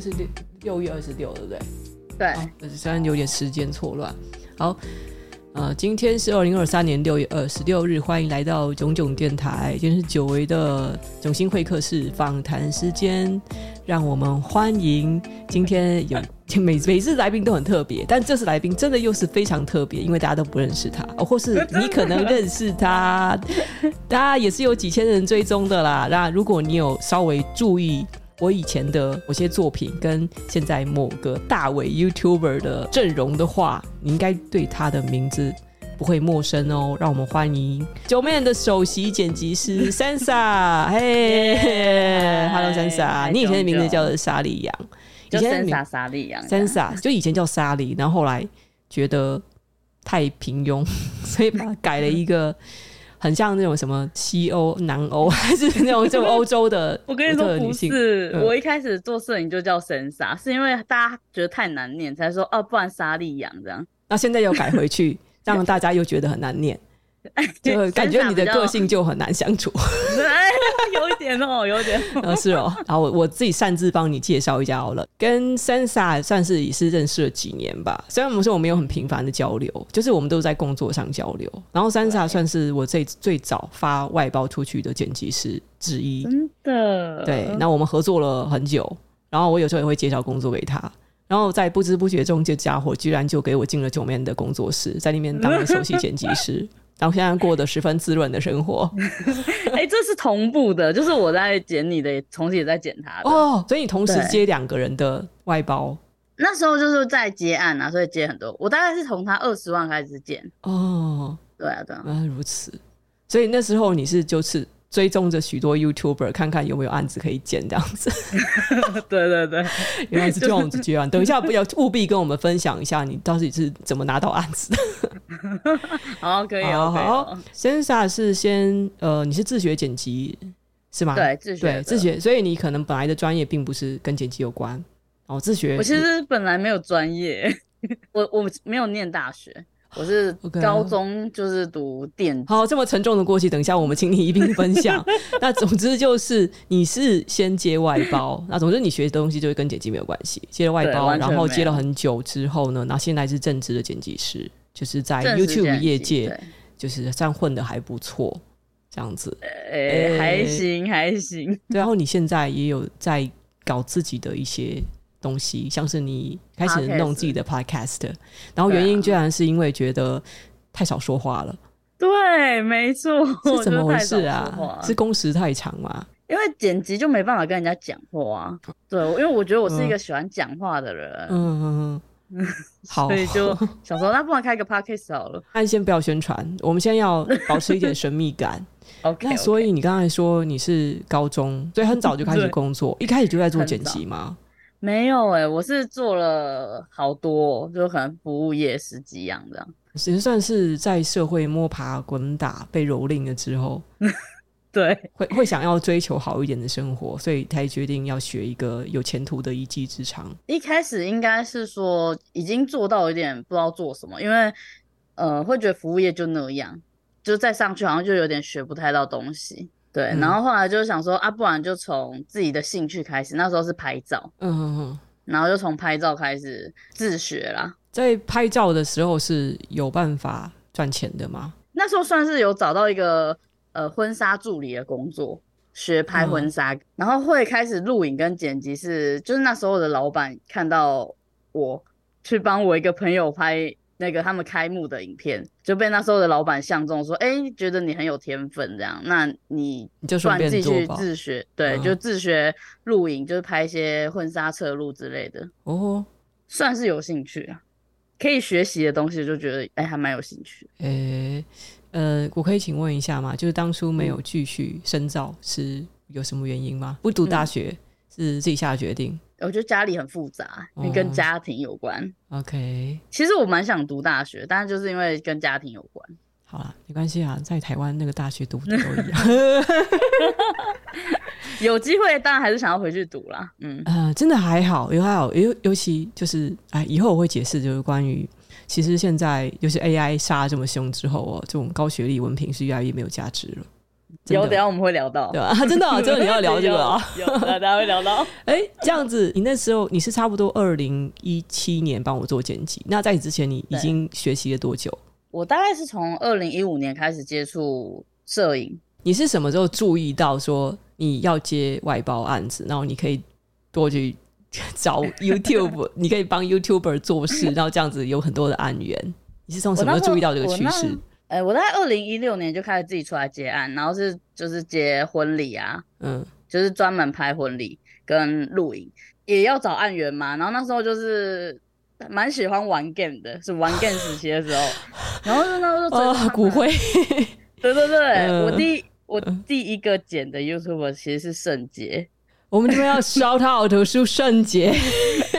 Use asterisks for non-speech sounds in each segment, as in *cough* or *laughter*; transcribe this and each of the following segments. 是六六月二十六，对不对？对，对，虽然有点时间错乱。好，呃，今天是二零二三年六月二十六日，欢迎来到囧囧电台，今天是久违的囧星会客室访谈时间，让我们欢迎今天有 *laughs* 每每次来宾都很特别，但这次来宾真的又是非常特别，因为大家都不认识他，哦、或是你可能认识他， *laughs* 大家也是有几千人追踪的啦。那如果你有稍微注意我以前的某些作品跟现在某个大伟 YouTuber 的阵容的话，你应该对他的名字不会陌生哦。让我们欢迎九妹的首席剪辑师 Sansa，嘿，Hello Sansa，嗨你以前的囧名字囧叫做莎莉杨，以就前的三名傻傻力一样。 Sansa 就以前叫莎莉，然后后来觉得太平庸， *laughs* 所以把它改了一个很像那种什么西欧、南欧， *laughs* 还是那种就欧洲的 *laughs* 我跟你独特说的女不性是，嗯我一开始做摄影就叫神傻，是因为大家觉得太难念，才说哦，不然沙利养这样。 *laughs* 那现在又改回去，让大家又觉得很难念，就感觉你的个性就很难相处。神傻比哎较，有一点哦， *laughs* 有一点。 *laughs* 呃，是哦，然后我我自己擅自帮你介绍一下好了。跟 Sansa 算是也是认识了几年吧，虽然我们说我们没有很频繁的交流，就是我们都在工作上交流。然后 Sansa 算是我最最早发外包出去的剪辑师之一，真的，对，那我们合作了很久，然后我有时候也会介绍工作给他。然后在不知不觉中，这家伙居然就给我进了九面的工作室，在里面当了首席剪辑师，然后现在过得十分滋润的生活。哎、这是同步的，就是我在剪你的，同时也在剪他的。哦，所以你同时对接两个人的外包那时候就是在接案啊，所以接很多。我大概是从他二十万开始剪。哦。对啊，对啊，原来如此，所以那时候你是就是追踪着许多 YouTuber，看看有没有案子可以接这样 *laughs* 子。对对对。原来是这样子接 *laughs* 案，等一下不要务必跟我们分享一下你到底是怎么拿到案子的。好，可以好哦，可以好哦。 ，Sensa 是先呃，你是自学剪辑是吗？对，自学对的自。学，所以你可能本来的专业并不是跟剪辑有关，哦，自学。我其实本来没有 *laughs* 专业，我我没有念大学，我是哦 OK 高中就是读电子。好，这么沉重的过去，等一下我们请你一并分 *laughs* 享。那总之就是，你是先接外包， *laughs* 那总之你学的东西就会跟剪辑没有关系，接了外对包，完全然后接了没有很久之后呢，那现在是正职的剪辑师，就是在正式剪 YouTube 辑业界对就是算混的还不错，这样子。哎、哎还行还行，对然后你现在也有在搞自己的一些东西，像是你开始 Podcast 弄自己的 Podcast，然啊后原因居然是因为觉得太少说话了，对，没错，是怎么 *laughs* 我回觉得太少事说啊话？是工时太长吗？因为剪辑就没办法跟人家讲 *laughs* 话啊。对，因为我觉得我是一个喜欢讲话的人，嗯嗯，嗯 *laughs* 嗯，好所，以就 *laughs* 想说，那不然开个 podcast 好了。那先不要宣传，我们先要保持一点神秘 *laughs* 感。 OK，, 那所以你刚才说你是高中，所以很早就开始 *laughs* 对工作，一开始就在做很剪辑吗？没有哎、我是做了好多，就可能服务业十几样这样。也算是在社会摸爬滚打、被蹂躏了之后，对，会会想要追求好一点的生活，所以才决定要学一个有前途的一技之长。一开始应该是说已经做到有点不知道做什么，因为呃会觉得服务业就那样，就再上去好像就有点学不太到东西。对，嗯然后后来就想说啊，不然就从自己的兴趣开始。那时候是拍照，嗯嗯，嗯然后就从拍照开始自学啦。在拍照的时候是有办法赚钱的吗？那时候算是有找到一个呃婚纱助理的工作，学拍嗯婚纱，然后会开始录影跟剪辑是，就是那时候的老板看到我去帮我一个朋友拍那个他们开幕的影片，就被那时候的老板相中，说，哎、觉得你很有天分，这样，那你你就不顺然便自己做去吧。自学，对，嗯就自学录影，就是拍一些婚纱侧录之类的，哦，算是有兴趣啊，可以学习的东西，就觉得哎、还蛮有兴趣。诶、呃，我可以请问一下吗？就是当初没嗯有继续深造是有什么原因吗？不嗯读大学、是自己下的决定我觉得家里很复杂，因为哦跟家庭有关。 ？OK，其实我蛮想读大学，但是就是因为跟家庭有关，好啦，没关系啊，在台湾那个大学读不读都一 *laughs* 样。有机会当然还是想要回去读啦。嗯，呃，真的还好，也还好，尤尤其就是哎，以后我会解释，就是关于其实现在就是 AI 杀这么凶之后哦，这种高学历文凭是越来越没有价值了。真有，的等一下我们会聊到对。吧？ *laughs* 真的哦，真的你要聊这个啊？ *laughs* 有，有大家会聊到。哎，这样子，你那时候你是差不多二零一七年帮我做剪辑，那在你之前你已对经学习了多久？我大概是从二零一五年开始接触摄影，你是什么时候注意到说你要接外包案子，然后你可以多去 *laughs* 找 *laughs* YouTube，你可以帮 YouTuber 做事，然后这样子有很多的案源？你是从什么时候注意到这个趋势？哎、我在二零一六年就开始自己出来接案，然后是就是接婚礼啊，嗯，就是专门拍婚礼跟录影，也要找案源嘛。然后那时候就是蛮喜欢玩 game 的，是玩 game 时期的 *laughs* 时候。然后那时候就追哦，踪骨灰，对对对，嗯我第一我第一个剪的 YouTube 其实是圣杰， *laughs* 我们这边要 shout out 出圣杰， *laughs*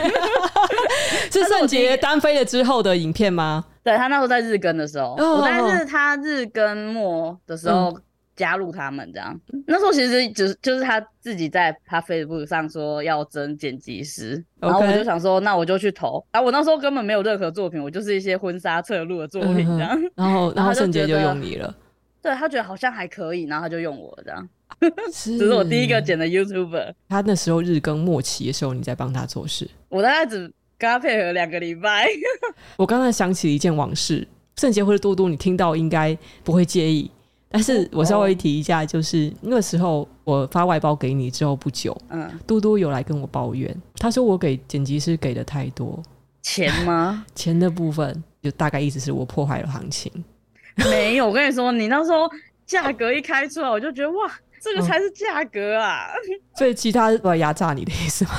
是圣杰单飞了之后的影片吗？对他那时候在日更的时候，哦嗯我大概是他日更末的时候加入他们这样。那时候其实只是就是他自己在他 Facebook 上说要征剪辑师，然后 OK 我就想说，那我就去投。啊，我那时候根本没有任何作品，我就是一些婚纱侧录的作品嗯这样。然后，然然后后他就圣杰觉就得用你了，对他觉得好像还可以，然后他就用我了这样。这这是我第一嗯个剪的 YouTuber，他那时候日更末期的时候，你在帮他做事。我大概只跟他配合两个礼拜。我刚才想起一件往事，圣杰或者多多，你听到应该不会介意，但哦是我稍微提一下，就是那时候我发外包给你之后不久，嗯，多多有来跟我抱怨，他说我给剪辑师给的太多，钱吗？钱的部分就大概意思是我破坏了行情。 *laughs* 没有，我跟你说，你那时候价格一开出来，我就觉得哇，这嗯个才是价格啊， *laughs* 所以其他把压榨你的意思吗？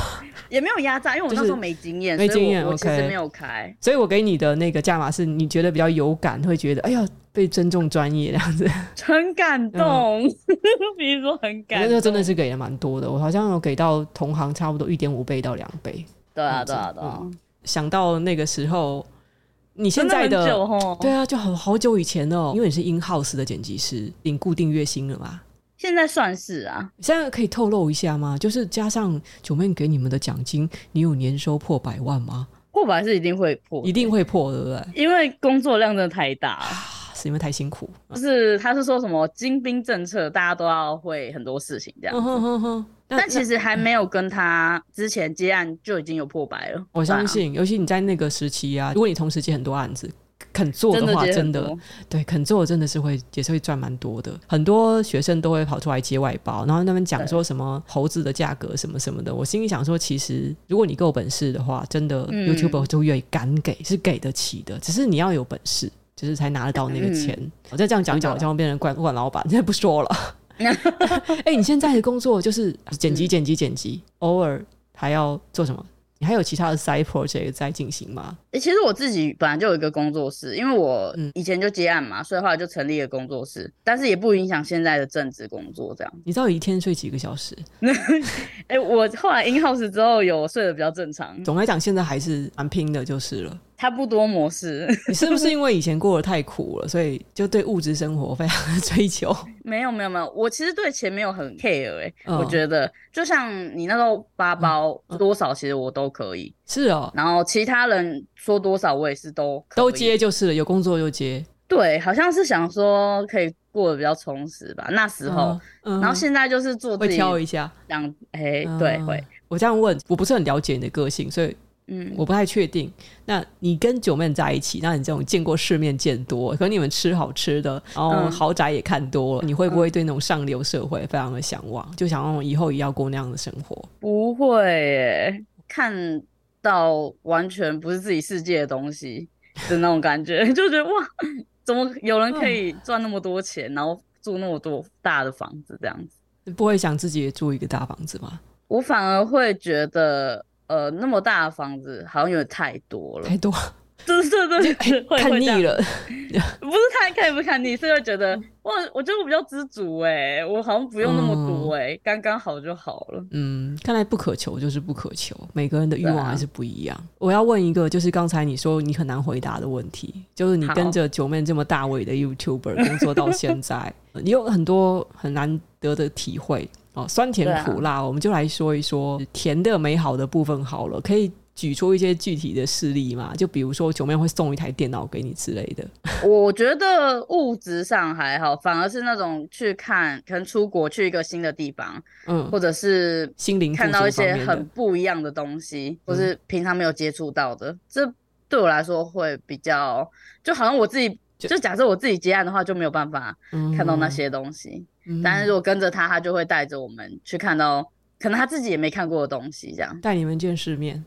也没有压榨，因为我就是那时候没经验，没经验所以我我其 OK 实没有开。所以我给你的那个价码是你觉得比较有感，会觉得哎呀被尊重专业这样子。很感动，嗯 *laughs* 比如说很感那动，时候真的是给了蛮多的，我好像有给到同行差不多一点五倍到两倍。对啊，这对样啊，子对啊，想到那个时候，你嗯现真在的很的久吼对啊，就好好久以前哦，因为你是 in house 的剪辑师，领固定月薪了嘛。现在算是啊，现在可以透露一下吗？就是加上九妹给你们的奖金，你有年收破百万吗？破百是一定会破，一定会破，对不对？因为工作量真的 *sighs* 太大了。啊是因为太辛苦。就是他是说什么精兵政策，大家都要会很多事情这样。嗯哼哼哼。那嗯但其实还没有跟他之前接案就已经有破百了，我相对啊信，尤其你在那个时期啊，如果你同时接很多案子，肯做啊真的话，接真很的多对肯做的真的是会也是会赚蛮多的。很多学生都会跑出来接外包，然后那边讲说什么猴子的价格什么什么的。我心里想说，其实如果你够本事的话，真的嗯 YouTube 就愿意敢给，是给得起的。只是你要有本事。就是才拿得到那个钱。我再这样讲一讲，真的我将会变成惯惯老板，现在不说了。哎、你现在的工作就是剪辑、剪辑、剪辑，偶尔还要做什么？你还有其他的 side project 在进行吗？欸，其实我自己本来就有一个工作室，因为我嗯以前就接案嘛，所以后来就成立了工作室，但是也不影响现在的正职工作这样。你知道一天睡几个小时？哎、我后来 in house 之后有睡得比较正常，总来讲，现在还是蛮拼的，就是了。 *laughs* 它不多模式， *laughs* 你是不是因为以前过得太苦了，所以就对物质生活非常的追求？没有没有没有，我其实对钱没有很 care 哎、我嗯觉得就像你那时候八包多少，其实我都可以， *laughs* 是哦，然后其他人说多少我也是都可以都接就是了，有工作就接。对，好像是想说可以过得比较充实吧，那时候。嗯，嗯然后现在就是做自会己挑一下。想，哎、对，嗯会，。我这样问，我不是很了解你的个性，所以嗯，我不太确定。那你跟九妹在一起，那你这种见过世面见多，可能你们吃好吃的，然后嗯豪宅也看多了，你会不会对那种上流社会非常的向往，就想让以后也要过那样的生活？不会耶，看到完全不是自己世界的 *laughs* 东西的那种感觉，就觉得哇，怎么有人嗯可以赚那么多钱，然后住那么多大的房子这样子？不会想自己也住一个大房子吗？我反而会觉得，呃，那么大的房子好像有点太多了太，多对对对对，会哎看会这样腻，了，嗯不是看看不看腻，是会觉得哇，我觉得我比较知足哎，我好像不用那么多哎，刚刚好就好了。嗯，看来不可求就是不可求，每个人的欲对望啊还是不一样。我要问一个，就是刚才你说你很难回答的问题，就是你好跟着九妹这么大尾的 YouTuber 工作到现在，呃你有很多很难得的体会哦，酸甜对啊苦辣，我们就来说一说甜的美好的部分好了，可以。举出一些具体的事例嘛？就比如说九妹会送一台电脑给你之类的。我觉得物质上还好，反而是那种去看，可能出国去一个新的地方，嗯，或者是心灵看到一些富足嗯方面很的嗯不一样的东西，或是平常没有接触到的，这对我来说会比较，就好像我自己。就就假设我自己接案的话，就没有办法嗯看到那，些东西。嗯但是如果跟着他，他就会带着我们去看到可能他自己也没看过的东西，这样。带你们见世面，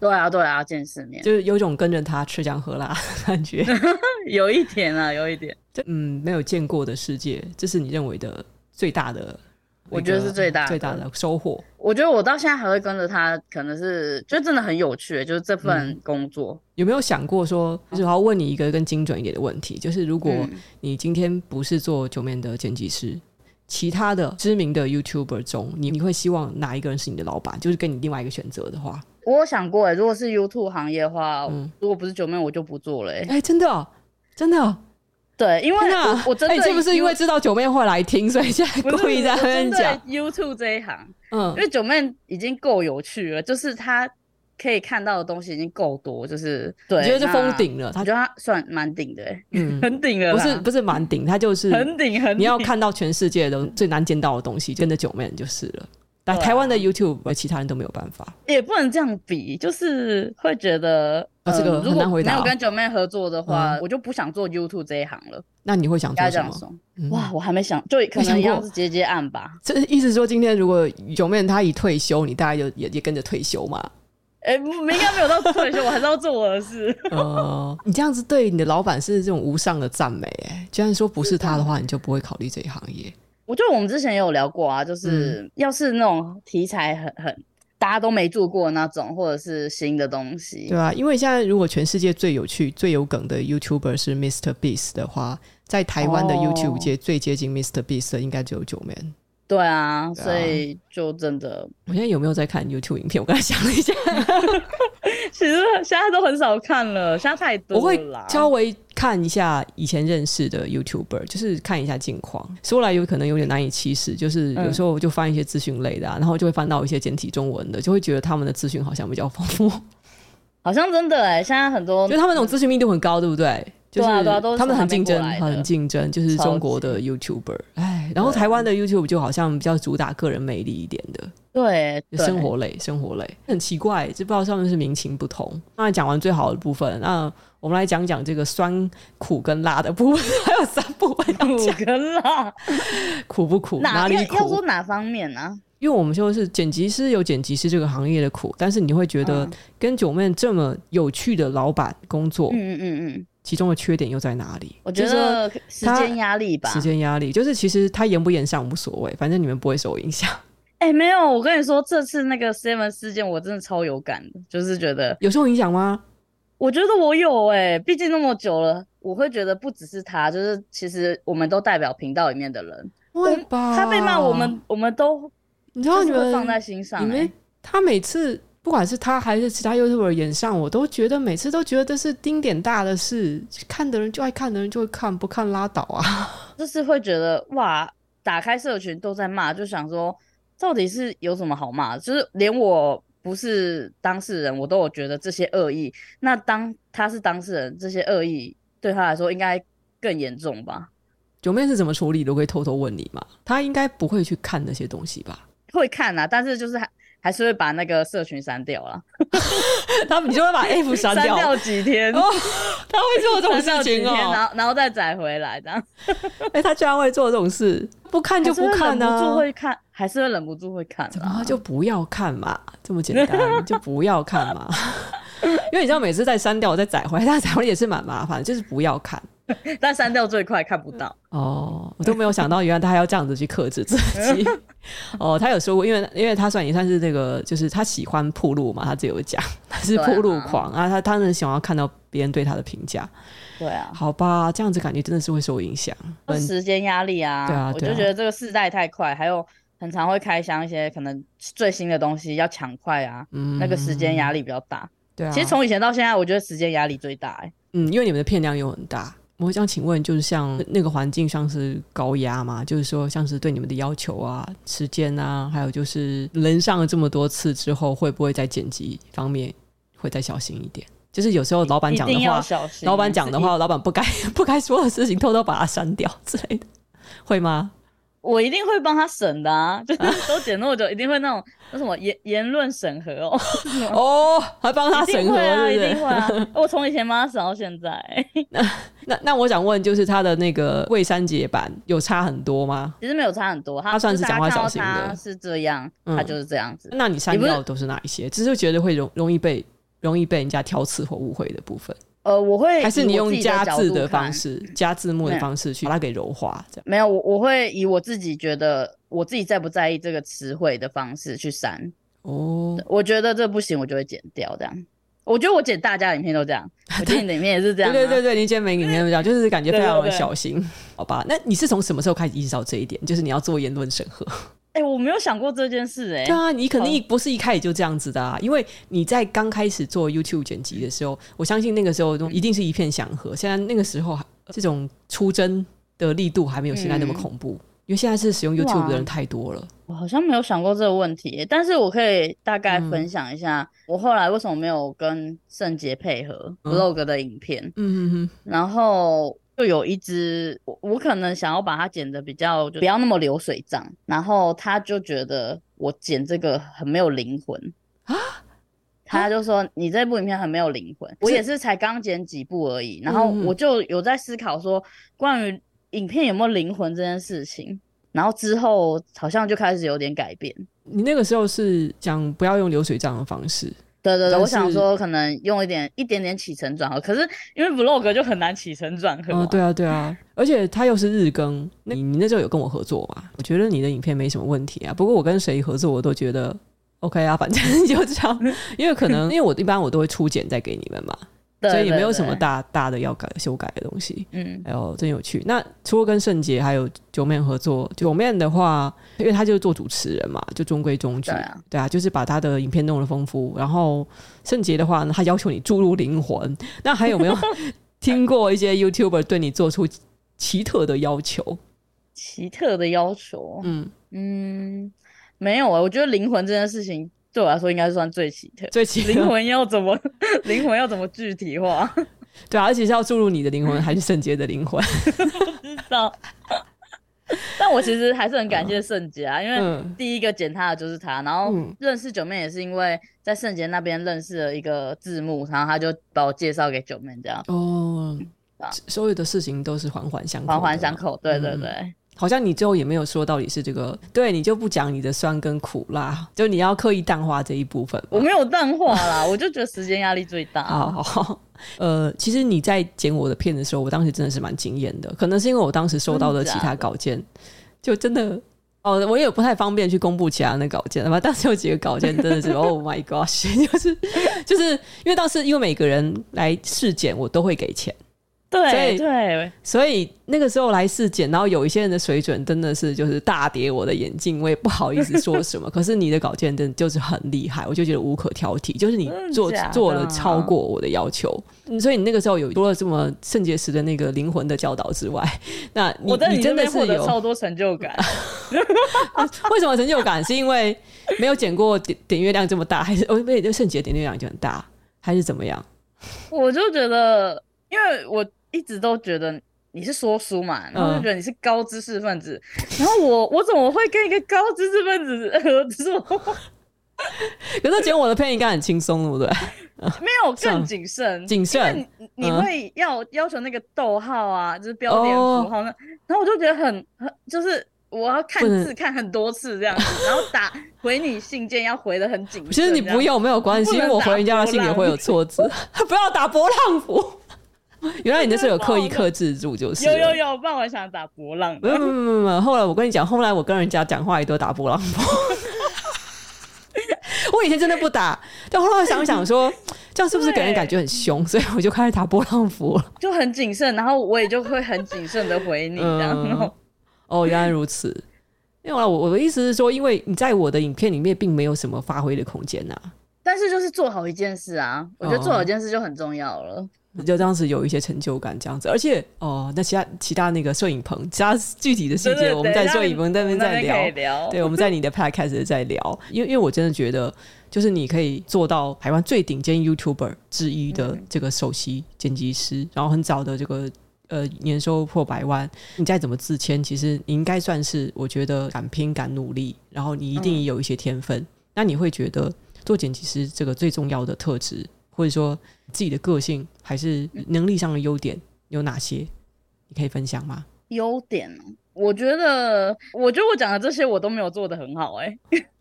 对啊，对啊，见世面，就是有种跟着他吃香喝辣的 *laughs* 感觉。 *laughs* 有一点啊，有一点。就嗯，没有见过的世界，这是你认为的最大的，我觉得是最大的最大的收获。我觉得我到现在还会跟着他，可能是就真的很有趣，欸就是这嗯份工作。有没有想过说，就是我要问你一个更精准一点的问题，就是如果嗯你今天不是做九面的剪辑师，其他的知名的 YouTuber 中，你你会希望哪一个人是你的老板？就是跟你另外一个选择的话，我有想过、欸，如果是 YouTube 行业的话，嗯如果不是九妹，我就不做了、欸。哎、真的、哦，真的、哦，对，因为天哪我我真的哎、是不是因为知道九妹会来听，所以现在不是故意在那边讲？我针对 YouTube 这一行，嗯因为九妹已经够有趣了，就是她可以看到的东西已经够多，就是对，你觉得就那封顶了我他觉得她算蛮顶的、欸，嗯很顶了啦，不是不是蛮顶，他就是很顶很顶。你要看到全世界的最难见到的东西，跟着九妹就是了。但对啊台湾的 YouTube，其呃他人都没有办法。也不能这样比，就是会觉得，啊这个嗯如很果难回答没有哦跟九妹合作的话，我就不想做 YouTube 这一行了。那你会想大做家这什样么？说，嗯哇，我还没想，就可没想能一样过是接接案吧。这意思说，今天如果九妹她一退休，你大概就也也跟着退休嘛？哎，不应该没有到退休，我 *laughs* 还是要做我的事。呃，你这样子对你的老板是这种无上的赞美、哎，居然说不是他的话，你就不会考虑这一行业。我觉得我们之前也有聊过啊，嗯就是要是那种题材很很大家都没做过那种，或者是新的东西对，啊，因为现在如果全世界最有趣、最有梗的 YouTuber 是 Mr. Beast 的话，在台湾的哦 YouTube 界最接近 Mr. Beast 的应该只有九妹。对啊，对啊所以就真的， *laughs* 我现在有没有在看 YouTube 影片？我刚才想了一下，其实现在都很少看了，现在太我多会了啦。稍微看一下以前认识的 YouTuber，就是看一下近况。说来有可能有点难以启齿，就是嗯有时候我就翻一些资讯类的、啊，然后就会翻到一些简体中文的，就会觉得他们的资讯好像比较丰 *laughs* 富，好像真的哎，现在很多因为他们那种资讯密度很高，对不对？就是对啊对啊都是他们很竞争从那，边过来的很竞争，就是超级中国的 YouTuber，哎，然后台湾的 YouTube 就好像比较主打个人魅力一点的，对就对生活类，生活类很奇怪，这不知道上面是民情不同。那讲完最好的部分，那我们来讲讲这个酸、苦跟辣的部分，还有三部分要五讲，个辣， *laughs* 苦不苦，哪哪里要要苦说？哪方面啊呢、因为我们说的是剪辑师有剪辑师这个行业的苦，但是你会觉得嗯跟九妹这么有趣的老板工作，嗯嗯嗯嗯，其中的缺点又在哪里？我觉就是说得时间压力吧时。间压力，就是其实他延不延上无所谓，反正你们不会受影响。哎、没有，我跟你说，这次那个 Seven 事件，我真的超有感的，就是觉得，有受影响吗？我觉得我有哎、毕竟那么久了，我会觉得不只是他，就是其实我们都代表频道里面的人，不会吧？他被骂，我们我们都你知道就你是们会放在心上、你欸们。他每次不管是他还是其他 YouTuber 演上，我都觉得每次都觉得这是丁点大的事，看的人就爱看的人就会看，不看拉倒 *laughs* 啊。就是会觉得哇，打开社群都在骂，就想说到底是有什么好骂的？就是连我不是当事人，我都有觉得这些恶意。那当他是当事人，这些恶意对他来说应该更严重吧？九妹是怎么处理的？我可以偷偷问你嘛？他应该不会去看那些东西吧？会看啊，但是就是还还是会把那个社群删掉 *laughs* 啦，他你就会把 F 删 *laughs* 删掉。掉几天， *laughs* 哦，他会做这种删掉事几情天，然哦！后然后再载回来，这样哎、他居然会做这种事，不看就不看还是会忍不啊住！会看，还是会忍不住会看怎啦么。就不要看嘛？这么简单，就不要看嘛？ *laughs* 因为你知道，每次再删掉，再载回来，再载回来也是蛮麻烦的，就是不要看。但删掉最快看不到，哦，我都没有想到，原来他还要这样子去克制自己。 *laughs* 哦，他有说过，因为因为他算也算是这个，就是他喜欢铺路嘛，他自己有讲，他是对啊铺路狂啊，他他很想要看到别人对他的评价。对啊。好吧，这样子感觉真的是会受影响。就嗯，时间压力啊，对啊我对就啊觉得这个世代太快，还有很常会开箱一些可能最新的东西要抢快啊，嗯那个时间压力比较大。对啊，其实从以前到现在，我觉得时间压力最大、欸。嗯，因为你们的片量有很大。我想请问，就是像那个环境像是高压嘛，就是说像是对你们的要求啊、时间啊，还有就是人上了这么多次之后，会不会在剪辑方面会再小心一点。就是有时候老板讲的一定要话，小心老板讲的，话，老板不该不该说的事情，偷偷把它删掉之类的，会吗？我一定会帮他审的啊，就是都剪那么久，一定会那种那什么言言论审核 *laughs* 哦，哦，还帮他一审定核，会啊，是一不是？定会 *laughs* 啊，我从以前帮他审到现在，那那我想问，就是他的那个未删节版有差很多吗？其实没有差很多，他他算就是是大讲话家看小到心的他是这样，嗯他就是这样子，那你删你不是掉的都是哪一些？只是觉得会容容易被容易被人家挑刺或误会的部分，呃，我会还是以你我自用己加角字度的方看嗯式、加字幕的对啊方式去把它给柔化？这样没有，我我会以我自己觉得我自己在不在意这个词汇的方式去删。哦，我觉得这不行，我就会剪掉。这样，我觉得我剪大家的影片都这样，我剪你的影片也是这 *laughs* 对样、啊。对对对，你今天没影片不讲，就是感觉非常对对的对小心，好吧？那你是从什么时候开始意识到这一点？就是你要做言论审核？哎、我没有想过这件事、对哎，啊，你肯定不是一开始就这样子的啊，因为你在刚开始做 YouTube 剪辑的时候，我相信那个时候一定是一片祥和。现在那个时候还这种出征的力度还没有现在那么恐怖，因为现在是使用 YouTube 的人太多了。我好像没有想过这个问题、但是我可以大概嗯分享一下我后来为什么没有跟圣杰配合嗯 vlog 的影片，嗯嗯然后。就有一支，我我可能想要把它剪的比较就不要那么流水账，然后他就觉得我剪这个很没有灵魂啊，他就说你这部影片很没有灵魂。我也是才刚剪几部而已，然后嗯我就有在思考说关于影片有没有灵魂这件事情，然后之后好像就开始有点改变。你那个时候是讲不要用流水账的方式，对对但对，是我想说可能用一点一点点起承转合，可是因为 vlog 就很难起承转合、嗯、对啊，对啊，而且它又是日更，那你你那时候有跟我合作嘛？我觉得你的影片没什么问题啊。不过我跟谁合作，我都觉得 OK 啊，反正 *laughs* 就这样。因为可能因为我一般我都会初剪再给你们嘛，对，所以也没有对什么。对大大的要改修改的东西。嗯，哎呦，真有趣。那除了跟圣杰还有九面合作，九面的话，因为他就是做主持人嘛，就中规中矩，对啊就是把他的影片弄得丰富。然后圣杰的话呢，他要求你注入灵魂。那还有没有 *laughs* 听过一些 YouTuber 对你做出奇特的要嗯求？奇特的要求，嗯，嗯，没有啊、我觉得灵魂这件事情对我来说应该算最奇特。最奇灵特，魂要怎么， *laughs* 灵魂要怎么具体化？ *laughs* 对啊，而且是要注入你的灵魂还是圣杰的灵魂？知道。 *laughs* 但我其实还是很感谢圣杰啊，因为嗯第一个剪他的就是他，然后嗯认识九妹也是因为在圣杰那边认识了一个字幕，然后他就把我介绍给九妹，这样哦啊，所有的事情都是环环相扣的环嘛，环相扣。对嗯对对，好像你最后也没有说到底是这个，对你就不讲你的酸跟苦辣， *laughs* 就你要刻意淡化这一部分嘛。我没有淡化啦，我就觉得时间压力最大。好好好，呃，其实你在剪我的片的时候，我当时真的是蛮惊艳的，可能是因为我当时收到的真其的假他稿件，就真的。哦，我也不太方便去公布其他的稿件，那么当时有几个稿件真的是，Oh my gosh，就是 *laughs* 就是因为当时因为每个人来试剪，我都会给钱， *laughs* 所以对对，所以那个时候来试检，然后有一些人的水准真的是就是大跌我的眼镜，我也不好意思说什 *laughs* 么。可是你的稿件真的就是很厉害，我就觉得无可挑剔，就是你真的做假的做了超过我的要求，嗯所以你那个时候有多了这么圣洁时的那个灵魂的教导之外， *laughs* 那你我在你你这真的边获是得有超多成就感。为什么成就感？是因为没有剪过点点阅量这么大，还是哦对，就圣洁点阅量就很大，还是怎么样？我就觉得，因为我一直都觉得你是说书嘛，然后嗯就觉得你是高知识分子，然后我我怎么会跟一个高知识分子 *laughs* 合作？可是剪我的片应该很轻松，对不对？没有更谨慎，啊谨慎因为你你嗯会要要求那个逗号啊，就是标点哦符号那，然后我就觉得很很就是。我要看不能字看很多次这样子，然后 *laughs* 打回你信件要回的很谨慎。其实你不这样，用没有关系，不因能为我回人家的打波信也浪会有错字， *laughs* 不要打波浪符。原来你那时候有刻意克制住，就是嗯了有有有，不然我想打波浪没有没有没有没有。后来我跟你讲，后来我跟人家讲话也都打波浪符。 *laughs* 我以前真的不打，但后来想想说，这样是不是给人感觉很凶？ *laughs* 所以我就开始打波浪符了。就很谨慎，然后我也就会很谨慎的回你这样。嗯然后哦，原来如此。因为我我的意思是说，因为你在我的影片里面并没有什么发挥的空间呐、哦但是就是做好一件事啊，我觉得做好一件事就很重要了。就当时有一些成就感这样子。而且哦，那其他其他那个摄影棚，其他具体的细对节，对我们在对摄影棚那边那再边可以聊。聊，对，我们在你的 podcast 再聊，因为因为我真的觉得，就是你可以做到台湾最顶尖 YouTuber 之一的这个首席剪辑师，然后很早的这个呃年收破百万，你再怎么自谦，其实你应该算是我觉得敢拼敢努力，然后你一定有一些天分。那你会觉得做剪辑师这个最重要的特质，或者说自己的个性还是能力上的优点有哪些？你可以分享吗？优点呢、我觉得，我觉得我讲的这些我都没有做的很好哎、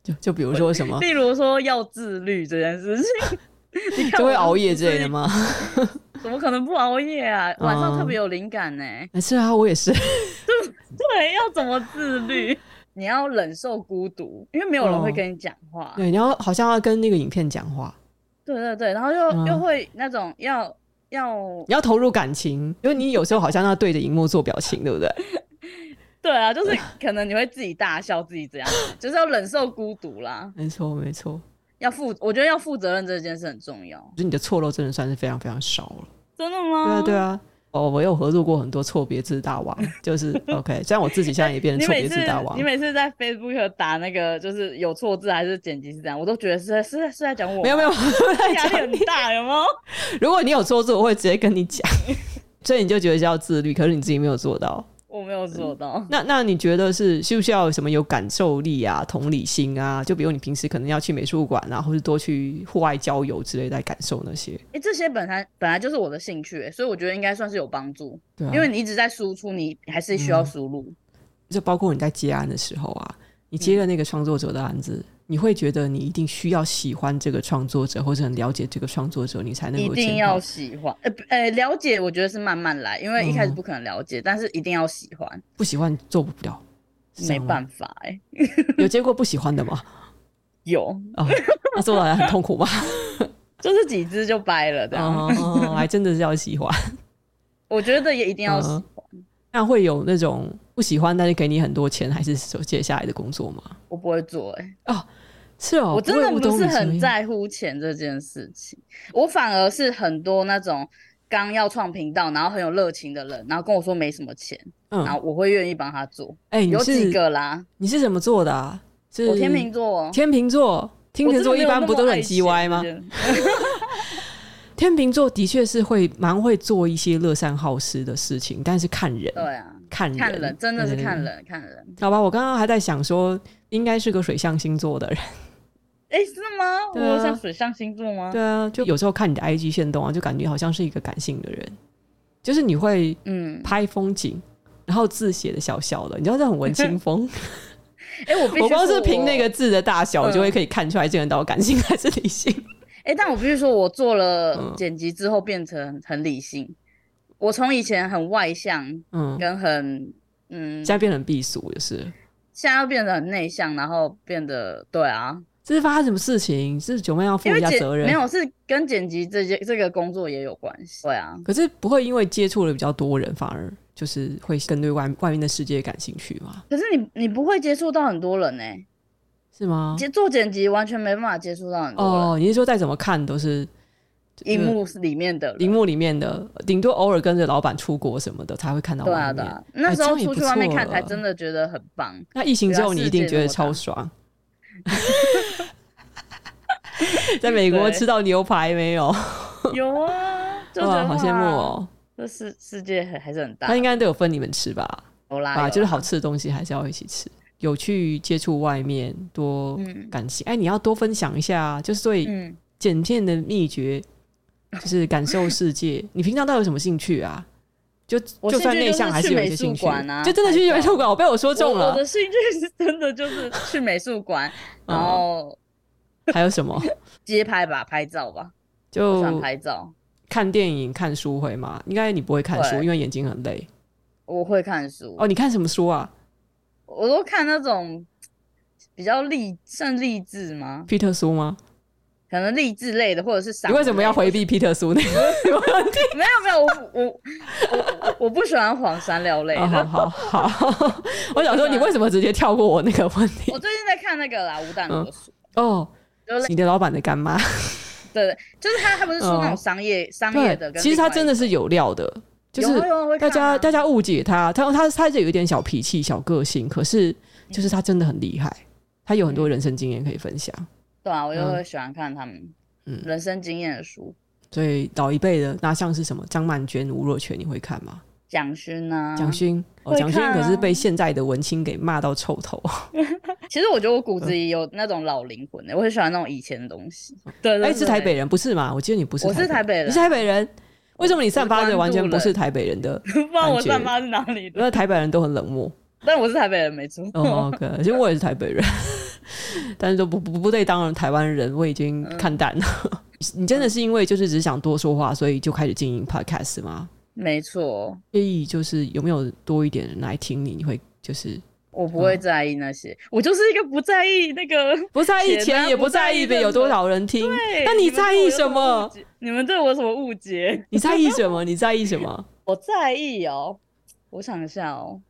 就就比如说什 *laughs* 么例如说要自律这件事情， *laughs* 你看就会我熬夜之类的吗？ *laughs* 怎么可能不熬夜啊？晚上嗯特别有灵感呢、哎是啊，我也是。对，要怎么自律？你要忍受孤独，因为没有人会哦跟你讲话。对，然后好像要跟那个影片讲话，对对对，然后又、嗯又会那种要要你要投入感情，因为你有时候好像要对着荧幕做表情，对不对？对啊，就是 *laughs* 可能你会自己大笑，自己这样，就是要忍受孤独啦，没错，没错，要负，我觉得要负责任这件事很重要。就是你的错漏真的算是非常非常少了。真的对吗？啊，对啊。哦，我有合作过很多错别字大王， *laughs* 就是 OK。虽然我自己现在也变你成错每别次字大王你，每次在 Facebook 打那个就是有错字还是剪辑是这样，我都觉得是在是在是在讲我吗，没有没 *laughs* 有，压力很大，有吗？如果你有错字，我会直接跟你讲。 *laughs* 所以你就觉得要自律，可是你自己没有做到。 *laughs* 我没有做到，那那你觉得是需不需要有什么有感受力啊、同理心啊？就比如你平时可能要去美术馆啊，或是多去户外郊游之类，来感受那些。哎、这些本来本来就是我的兴趣、欸，所以我觉得应该算是有帮助，对啊，嗯因为你一直在输出，你还是需要输入。就包括你在接案的时候啊，你接了那个创作者的案子，嗯你会觉得你一定需要喜欢这个创作者，或者很了解这个创作者，你才能一够定签要到喜欢，呃不呃，了解我觉得是慢慢来，因为一开始嗯不可能了解，但是一定要喜欢，不喜欢做不了，是这没样吗办法哎、欸有接过不喜欢的 *laughs* 吗？有啊，那做来很痛苦 *laughs* 吧？就是几只就掰了这样，哦，还真的是要喜欢，我觉得也一定要喜嗯欢，那会有那种不喜欢，但是给你很多钱，还是所接下来的工作吗？我不会做哎、欸是哦，我真的不会不是懂你什么很意思在乎钱这件事情，我反而是很多那种刚要创频道，然后很有热情的人，然后跟我说没什么钱，然后嗯，我会愿意帮他做，哎、你有几是个啦，你是什么座的、啊？是我天秤座哦，天秤座，天我秤真的座没一有般那不么都爱很钱 G 歪吗这？件天秤座的确是会蛮会做一些乐善好施的事情，但是看人，对啊，看人，看人真的是对看。人，看人。对对好吧，我刚刚还在想说，应该是个水象星座的人。哎，是吗？对啊我像水象星座吗？对啊，就有时候看你的 IG 线动啊，就感觉好像是一个感性的人，就是你会嗯，拍风景。然后字写的小小的，你知道这很文青风。哎， *laughs* 我必须我光说是凭那个，字的大小，我就会嗯可以看出来这个人到底感性还是理性。哎，但我必须说，我做了嗯剪辑之后变成很理性。我从以前很外向嗯，跟很嗯现，在变成避俗就是了。现在要变得很内向，然后变得对啊，这是发生什么事情？是九妹要负因为一下剪责任？没有是跟剪辑这些这个工作也有关系。对啊，可是不会因为接触了比较多人，反而就是会更对外外面的世界感兴趣吗？可是你你不会接触到很多人呢、欸是吗？接做剪辑完全没办法接触到很多人，嗯哦，你是说再怎么看都是荧、幕是里面的荧人。幕里面的，顶多偶尔跟着老板出国什么的才会看到对啊外对面。啊，那时哎候这样也出去不外面错看才了真的觉得很 *laughs* 棒。那疫情之后，对啊你一定觉得超爽。啊 *laughs* 在美国对吃到牛排没 *laughs* 有？有啊，就 *laughs* 觉哇，得好羡慕！哦！这世世界很还是很大，他应该都有分你们吃吧？有啦，啊，有就是啦好吃的东西还是要一起吃，有去接触外面，多嗯感性。哎，你要多分享一下啊，就是对嗯，剪片的秘诀就是感受世 *laughs* 界。你平常到底有什么兴趣啊？就我就算内向还是有一些兴兴趣就趣，是去美术馆啊就真的去美术馆，我被我说我中我了的。兴趣是真的就是去美术馆，嗯然后 *laughs* 还有什么？街拍吧，拍照吧，我就喜欢拍照。看电影、看书会吗？应该你不会看书，会因为眼睛很累。我会看书，哦，你看什么书啊？我都看那种比较励算励志吗？皮特苏吗？可能励志类的，或者是散你文类的。为什么要回避皮特 *laughs* 苏那个？没有没有，我不我我我我不喜欢黄山料类哦、好的。好 *laughs* 好，我想说你为什么直接跳过我那个问题嗯我？最近在看那个啦，吴淡如的书，哦就，你的老板的干妈，对，就是他他不是出那种嗯商业、商业对，的跟另外一种，其实他真的是有料的，就是有啊有啊我会大看家啊大家误解他，他他他就有一点小脾气、小个性，可是嗯就是他真的很厉害，他有很多人生经验可以分享。对啊，我就嗯会喜欢看他们嗯人生经验的书，所以老一辈的，那像是什么张曼娟、吴若权，你会看吗？蒋勋啊，蒋勋哦，会蒋勋看可啊是被现在的文青给骂到臭头。其实我觉得我骨嗯子里有那种老灵魂的、我很喜欢那种以前的东西。对哎，对，是台北人不是吗？我记得你不是，我是台北人你是台北人，为什么你散发我是着关完全渡不是人台北人的？ *laughs* 人，不知道我感觉散发是哪里的，因为台北人都很冷漠。但我是台北人没错。哦、o *laughs* k 其实我也是台北人， *laughs* 但是都不不不对，当然台湾人我已经嗯看淡了。 *laughs* 你真的是因为就是只想多说话，所以就开始经营 podcast 吗？没错，介意就是有没有多一点人来听你？你会就是我不会在意那些，我就是一个不在意那个。嗯 *laughs* 不在意钱钱，啊也不在意不在意任有何多少人听，对啊那你在意什么？你们对我有什么误解？你们对你在我有什么误解意什么？你在意什 *laughs* 么？我在意哦，我想一下哦，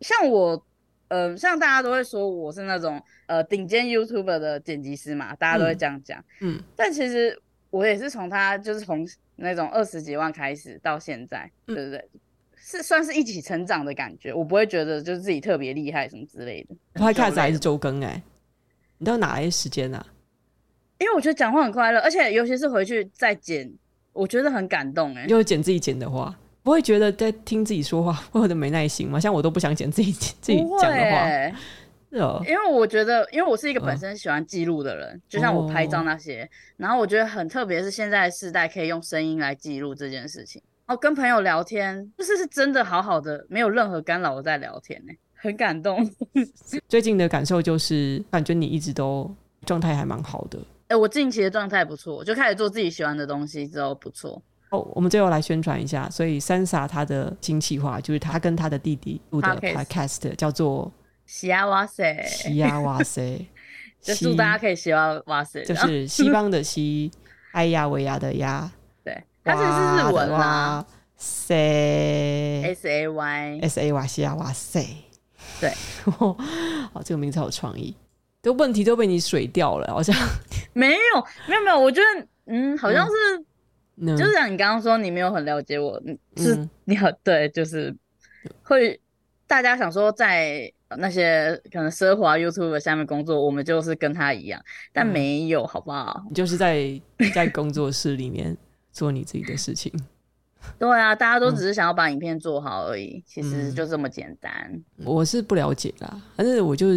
像我，呃，像大家都会说我是那种呃顶尖 YouTuber 的剪辑师嘛，大家都会嗯这样讲。嗯但其实我也是从他就是从那种二十几万开始到现在，嗯对不对？是算是一起成长的感觉，我不会觉得就是自己特别厉害什么之类的。嗯，podcast 还是周更哎、你到哪些时间啊？因为我觉得讲话很快乐，而且尤其是回去再剪，我觉得很感动哎、因为剪自己剪的话，不会觉得在听自己说话会有点没耐心吗？像我都不想剪自己自己不会讲的话，欸是哦，因为我觉得，因为我是一个嗯本哦身喜欢记录的人，就像我拍照那些，然后我觉得很特别，是现在的世代可以用声音来记录这件事情。哦，跟朋友聊天，就是是真的好好的，没有任何干扰的在聊天呢、很感动。最近的感受就是，感觉你一直都状态还蛮好的。哎、我近期的状态不错，我就开始做自己喜欢的东西之后不错。哦，我们最后来宣传一下，所以三傻他的新企划就是他跟他的弟弟录的 Podcast podcast 叫做喜啊哇塞，《西呀哇塞》， *laughs* 就西祝大家可以喜欢哇塞，就然后是西方的西，哎呀维亚的呀，对，它其实是日哇的文啦哇塞，S A Y， S A 哇西呀哇塞， *laughs* 对，好，这个名字好有创意，都问题都被你水掉了，好像没有没有没有，我觉得嗯，好像嗯是。嗯就是像你刚刚说，你没有很了解我，嗯是嗯你很对，就是会大家想说在那些可能奢华 YouTube 下面工作，我们就是跟他一样，但嗯没有，好不好？你就是在在工作室里面做你自己的事情。对啊，大家都嗯只是想要把影片做好而已，其实就这么简单。我是不了解啦，但是我 *laughs* 就是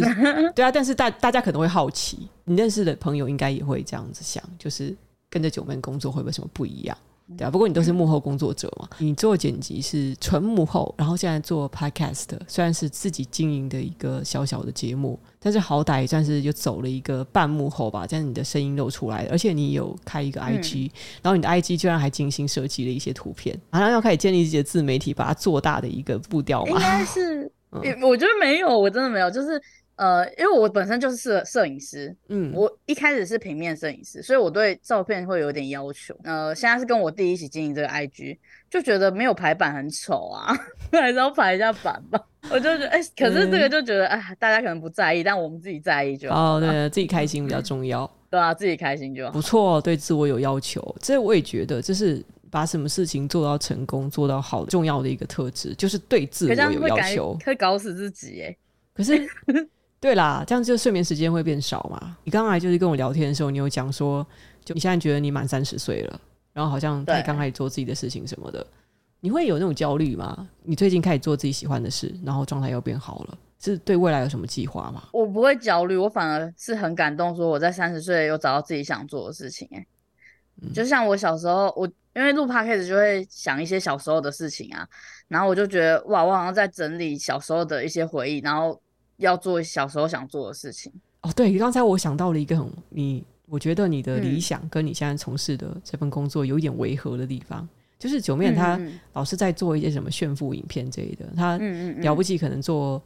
对啊，但是大大家可能会好奇，你认识的朋友应该也会这样子想，就是跟着九妹工作会不会有什么不一样？对啊，不过你都是幕后工作者嘛，你做剪辑是纯幕后，然后现在做 podcast，虽然是自己经营的一个小小的节目，但是好歹也算是有走了一个半幕后吧，这样你的声音露出来了，而且你有开一个嗯 IG，、然后你的 IG 居然还精心设计了一些图片，马上要开始建立自己的自媒体，把它做大的一个步调应嘛。该是， *laughs* 嗯也我觉得没有，我真的没有，就是呃，因为我本身就是摄摄影师，嗯，我一开始是平面摄影师，所以我对照片会有点要求。呃，现在是跟我弟一起经营这个 IG，就觉得没有排版很丑啊， *laughs* 还是要排一下版吧。我就觉得，哎、可是这个就觉得，哎、大家可能不在意，但我们自己在意就好，嗯哦，对，自己开心比较重要，对啊，自己开心就好。不错，对自我有要求，这我也觉得，就是把什么事情做到成功、做到好，重要的一个特质，就是对自可我这样有会要感 *laughs* 求。会搞死自己哎、可是，对啦，这样就睡眠时间会变少嘛。你刚才就是跟我聊天的时候，你有讲说，就你现在觉得你满三十岁了，然后好像才对刚开始做自己的事情什么的，你会有那种焦虑吗？你最近开始做自己喜欢的事，然后状态又变好了，是对未来有什么计划吗？我不会焦虑，我反而是很感动，说我在三十岁有找到自己想做的事情、欸。嗯就像我小时候，我因为录 podcast 就会想一些小时候的事情啊，然后我就觉得哇，我好像在整理小时候的一些回忆，然后要做小时候想做的事情。哦，对，刚才我想到了一个很你，我觉得你的理嗯想跟你现在从事的这份工作有一点违和的地方，就是九面嗯他嗯老是在做一些什么炫富影片之类的，他嗯嗯，嗯了不起，起可能做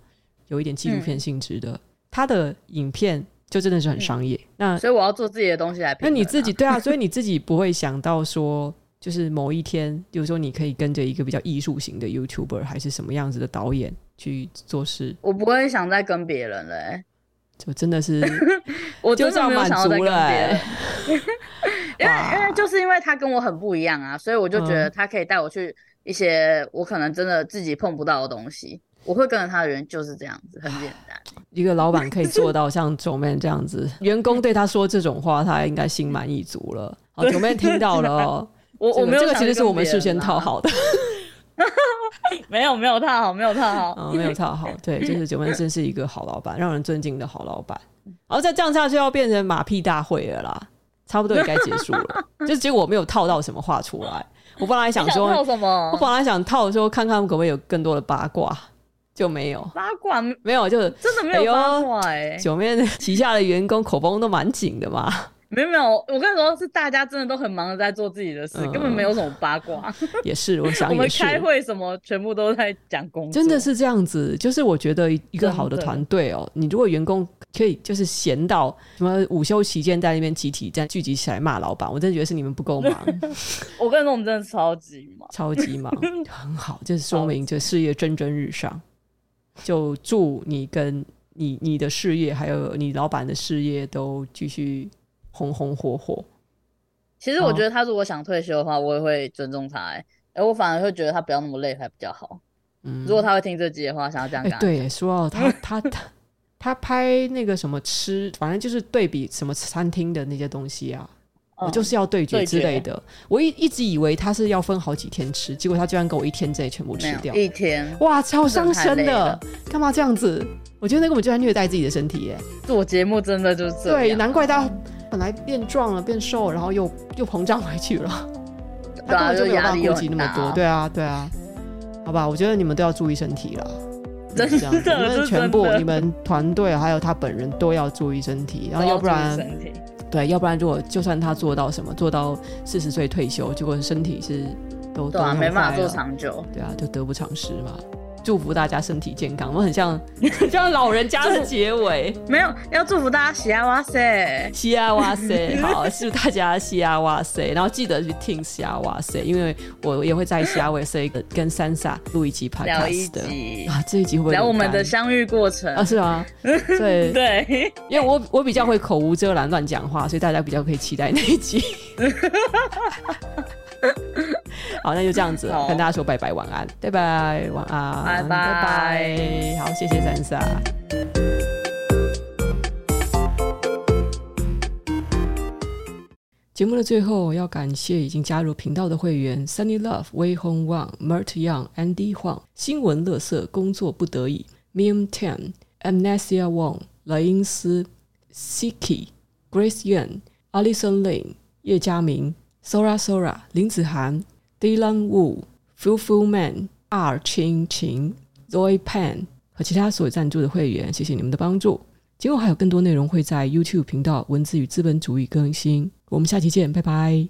有一点纪录片性质的，他的影片就真的是很商业。那所以我要做自嗯己的东西来、那你自己，对啊，所以你自己不会想到说。就是某一天，比如说你可以跟着一个比较艺术型的 YouTuber 还是什么样子的导演去做事， *laughs* 我不会想再跟别人了、欸，就真的是我 *laughs* 就这真的样没有满想要再足欸跟别了、人。欸。因为因为就是因为他跟我很不一样啊，所以我就觉得嗯他可以带我去一些我可能真的自己碰不到的东西。我会跟着他的人就是这样子，很简单。一个老板可以做到 *laughs* 像九妹这样子，员工对他说这种话，他应该心满意足了。好，九妹听到了 *laughs* 哦，我我这个没有这个想其实是跟我们别事人先啊套，好的， *laughs* 没有没有套好，没有套好。嗯，没有套好。 *laughs* 对，就是九妹真是一个好老板，让人尊敬的好老板。然后再这样下去，要变成马屁大会了啦，差不多也该结束 *laughs* 了。就结果我没有套到什么话出来，我本来想你说套什么？我本来想套说看看可不可以有更多的八卦，就没有，八卦没没有，就是真的没有哎八呦卦哎、九妹的旗下的员工口风都蛮紧的嘛，没有没有，我跟你说是大家真的都很忙着在做自己的事，嗯根本没有什么八 *laughs* 卦。也是，我想 *laughs* 我也们是。开会什么全部都在讲工作，真的是这样子，就是我觉得一一个真好的的团队哦，你如果员工可以就是闲到什么午休期间在那边集体在聚集起来骂老板，我真的觉得是你们不够忙， *laughs* 我跟你说，我们真的超级忙。超级 *laughs* 忙，很好，就是说超明这事业蒸蒸日上。就祝你跟你你的事业还有你老板的事业都继续红红火火。其实我嗯觉得他如果想退休的话，我也会尊重他、欸。哎、我反而会觉得他不要那么累还比较好。嗯，如果他会听这集的话，想要这样哎、干、嗯对耶，说到他他他他拍那个什么吃，反正就是对比什么餐厅的那些东西啊，嗯我就是要对决对之决类的。我一一直以为他是要分好几天吃，结果他居然给我一天之内全部没吃掉有，一天哇，超真伤的太身累的了，干嘛这样子？我觉得那个我们就在虐待自己的身体耶。做节目真的就是这对，样，难怪他本来变壮了，变瘦了，然后又又膨胀回去了。他对啊，根本就就没有压办力法又顾及那很么大多。啊。对啊，对啊，好吧，我觉得你们都要注意身体了。真就是这样子的你们是全部真，的你们团队还有他本人都要注意身体，然后都要不注意然身体对，要不然如果就算他做到什么，做到四十岁退休，结果身体是都对啊，都没办坏法做了长久。对啊，就得不偿失嘛。祝福大家身体健康，我很像 *laughs* 很像老人家的结尾，没有，要祝福大家喜爱哇塞，西啊哇 *laughs* 塞，好，祝大家西啊哇塞，然后记得去听西啊哇塞，因为我也会在西啊哇塞跟三傻录一集聊一 podcast 的集，啊，这一集会不会聊有我们干的相遇过程。啊是 *laughs* 吗？对，对，因为我我比较会口无遮拦乱讲话，所以大家比较可以期待那一 *laughs* 集。好，那就这样子了，好跟大家说拜拜，晚安，拜拜，晚安，拜拜拜拜好，谢谢三傻。节目的最后，要感谢已经加入频道的会员 Sunny Love、Wei Hong Wang、Mert Young、Andy Huang、新闻乐色、工作不得已、Mim Tan、Amnesia Wong、莱因斯、Siki、Grace Yan、Alison Lin、叶嘉明、Sora Sora、林子涵、Dylan Wu、Fu Fu Man、R 青晴、Zoe Pan 和其他所有赞助的会员，谢谢你们的帮助。今后还有更多内容会在 YouTube 频道“文字与资本主义”更新。我们下期见，拜拜。